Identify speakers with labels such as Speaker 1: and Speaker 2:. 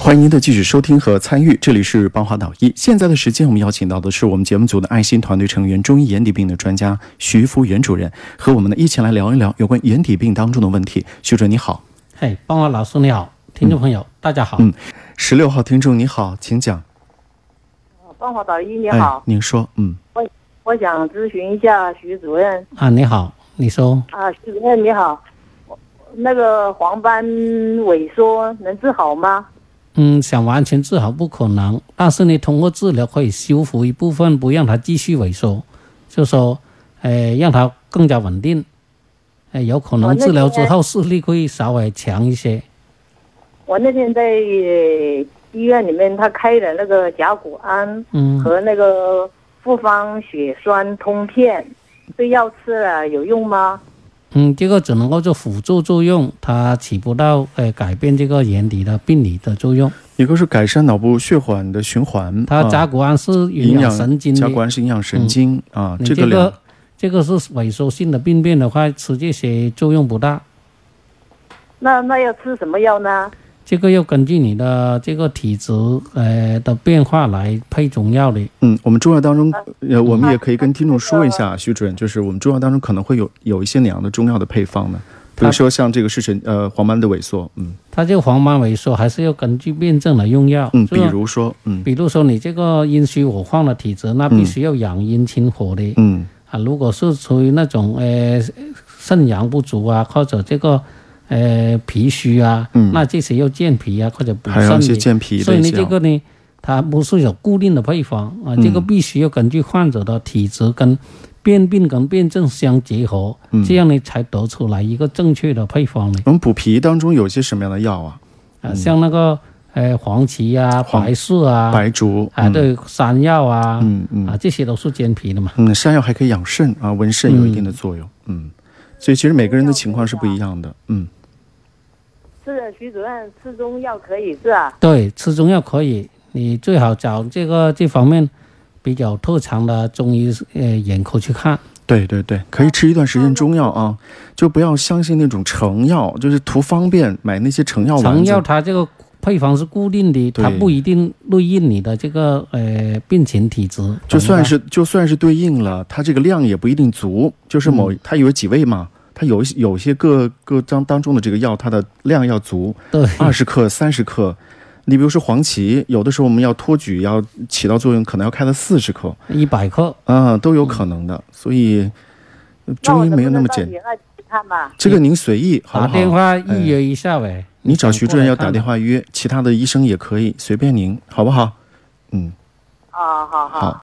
Speaker 1: 欢迎您的继续收听和参与，这里是邦华导医。现在的时间，我们邀请到的是我们节目组的爱心团队成员、中医眼底病的专家徐福元主任，和我们呢一起来聊一聊有关眼底病当中的问题。徐主任你好，
Speaker 2: 嘿，邦华老师你好，听众朋友、大家好。
Speaker 1: 嗯十六号听众你好，请讲。
Speaker 3: 帮我导医你好
Speaker 1: 哎，，您说，嗯，
Speaker 3: 我想咨询一下徐主任
Speaker 2: 啊，你好，你说
Speaker 3: 啊，徐主任你好，我那个黄斑萎缩能治好吗？
Speaker 2: 嗯，想完全治好不可能，但是你通过治疗可以修复一部分，不让它继续萎缩，就说，呃，让它更加稳定。呃，有可
Speaker 3: 哦
Speaker 2: 能
Speaker 3: 那
Speaker 2: 治疗之
Speaker 3: 现在
Speaker 2: 后视力会稍微强一些。
Speaker 3: 我那天在呃医院里面，他开的那个甲钴胺
Speaker 2: 嗯
Speaker 3: 和那个复方血栓通片，这药吃了有用吗？
Speaker 2: 嗯，这个只能够做辅助作用，它起不到呃改变这个眼底的病理的作用。
Speaker 1: 一个是改善脑部血管的循环，
Speaker 2: 它
Speaker 1: 啊
Speaker 2: 甲钴胺是
Speaker 1: 营
Speaker 2: 营
Speaker 1: 养
Speaker 2: 养神经的嗯
Speaker 1: 甲钴胺是营养神经、啊，
Speaker 2: 你
Speaker 1: 这
Speaker 2: 这
Speaker 1: 个两
Speaker 2: 个这个是萎缩性的病变的话，吃这些作用不大。
Speaker 3: 那那要吃什么药呢？
Speaker 2: 这个要根据你的这个体质呃的变化来配中药的。
Speaker 1: 嗯，我们中药当中，
Speaker 2: 啊
Speaker 1: 呃，我们也可以跟听众说一下，徐主任，就是我们中药当中可能会有有一些哪样的中药的配方呢？比如
Speaker 2: 它
Speaker 1: 说像这个视神呃黄斑的萎缩，嗯
Speaker 2: 它这个黄斑萎缩还是要根据辩证来用药。
Speaker 1: 嗯，
Speaker 2: 是
Speaker 1: 比
Speaker 2: 吧
Speaker 1: 如说嗯
Speaker 2: 比如说你这个阴虚火旺的体质，那必须要养阴清火的、
Speaker 1: 嗯
Speaker 2: 啊。如果是属于那种呃肾阳不足啊，或者这个呃脾虚啊，那这些要健脾啊或者补
Speaker 1: 嗯还有
Speaker 2: 肾
Speaker 1: 一些
Speaker 2: 的。
Speaker 1: 健脾
Speaker 2: 所以
Speaker 1: 的
Speaker 2: 呢，
Speaker 1: 一些啊
Speaker 2: 这
Speaker 1: 药，
Speaker 2: 个呢，它不是有固定的配方啊，
Speaker 1: 嗯
Speaker 2: 这个必须要根据患者的体质跟辨病跟辩证相结合，
Speaker 1: 嗯
Speaker 2: 这样呢才得出来一个正确的配方呢。
Speaker 1: 我们补脾当中有一些什么样的药啊？
Speaker 2: 啊，像那个呃黄芪啊、
Speaker 1: 黄
Speaker 2: 白术啊、
Speaker 1: 白术，
Speaker 2: 啊对山药啊，
Speaker 1: 嗯嗯
Speaker 2: 啊这些都是健脾的嘛。
Speaker 1: 嗯，山药还可以养肾啊，温肾有一定的作用，嗯，所以其实每个人的情况是不一样的，嗯。
Speaker 3: 吃了啊徐主任吃中药可以是啊？
Speaker 2: 对，吃中药可以，你最好找这个这方面比较特长的中医呃眼科去看。
Speaker 1: 对对对，可以吃一段时间中药啊，就不要相信那种成药，就是图方便买那些成药丸
Speaker 2: 成
Speaker 1: 子
Speaker 2: 药它这个配方是固定的，
Speaker 1: 对
Speaker 2: 它不一定对应你的这个呃病情体质。
Speaker 1: 就算是就算是对应了，它这个量也不一定足，就是某它有几味嘛，它有一些有些各各当当中的这个药，它的量要足，
Speaker 2: 对
Speaker 1: 二十克、三十克。你比如说黄芪，有的时候我们要托举，要起到作用，可能要开到四十克，
Speaker 2: 一百克，
Speaker 1: 啊，都有可能的。所以呃
Speaker 3: 那我
Speaker 1: 中医没有那
Speaker 3: 能
Speaker 1: 么
Speaker 3: 不能到
Speaker 1: 简单，
Speaker 3: 你那里去看嘛？
Speaker 1: 这个您随意，好不哎
Speaker 2: 打
Speaker 1: 好？
Speaker 2: 电话预约一下呗。
Speaker 1: 你找徐主任要打
Speaker 2: 看
Speaker 1: 电话约，其他的医生也可以，随便您，好不好？嗯，
Speaker 3: 啊，好好
Speaker 1: 好。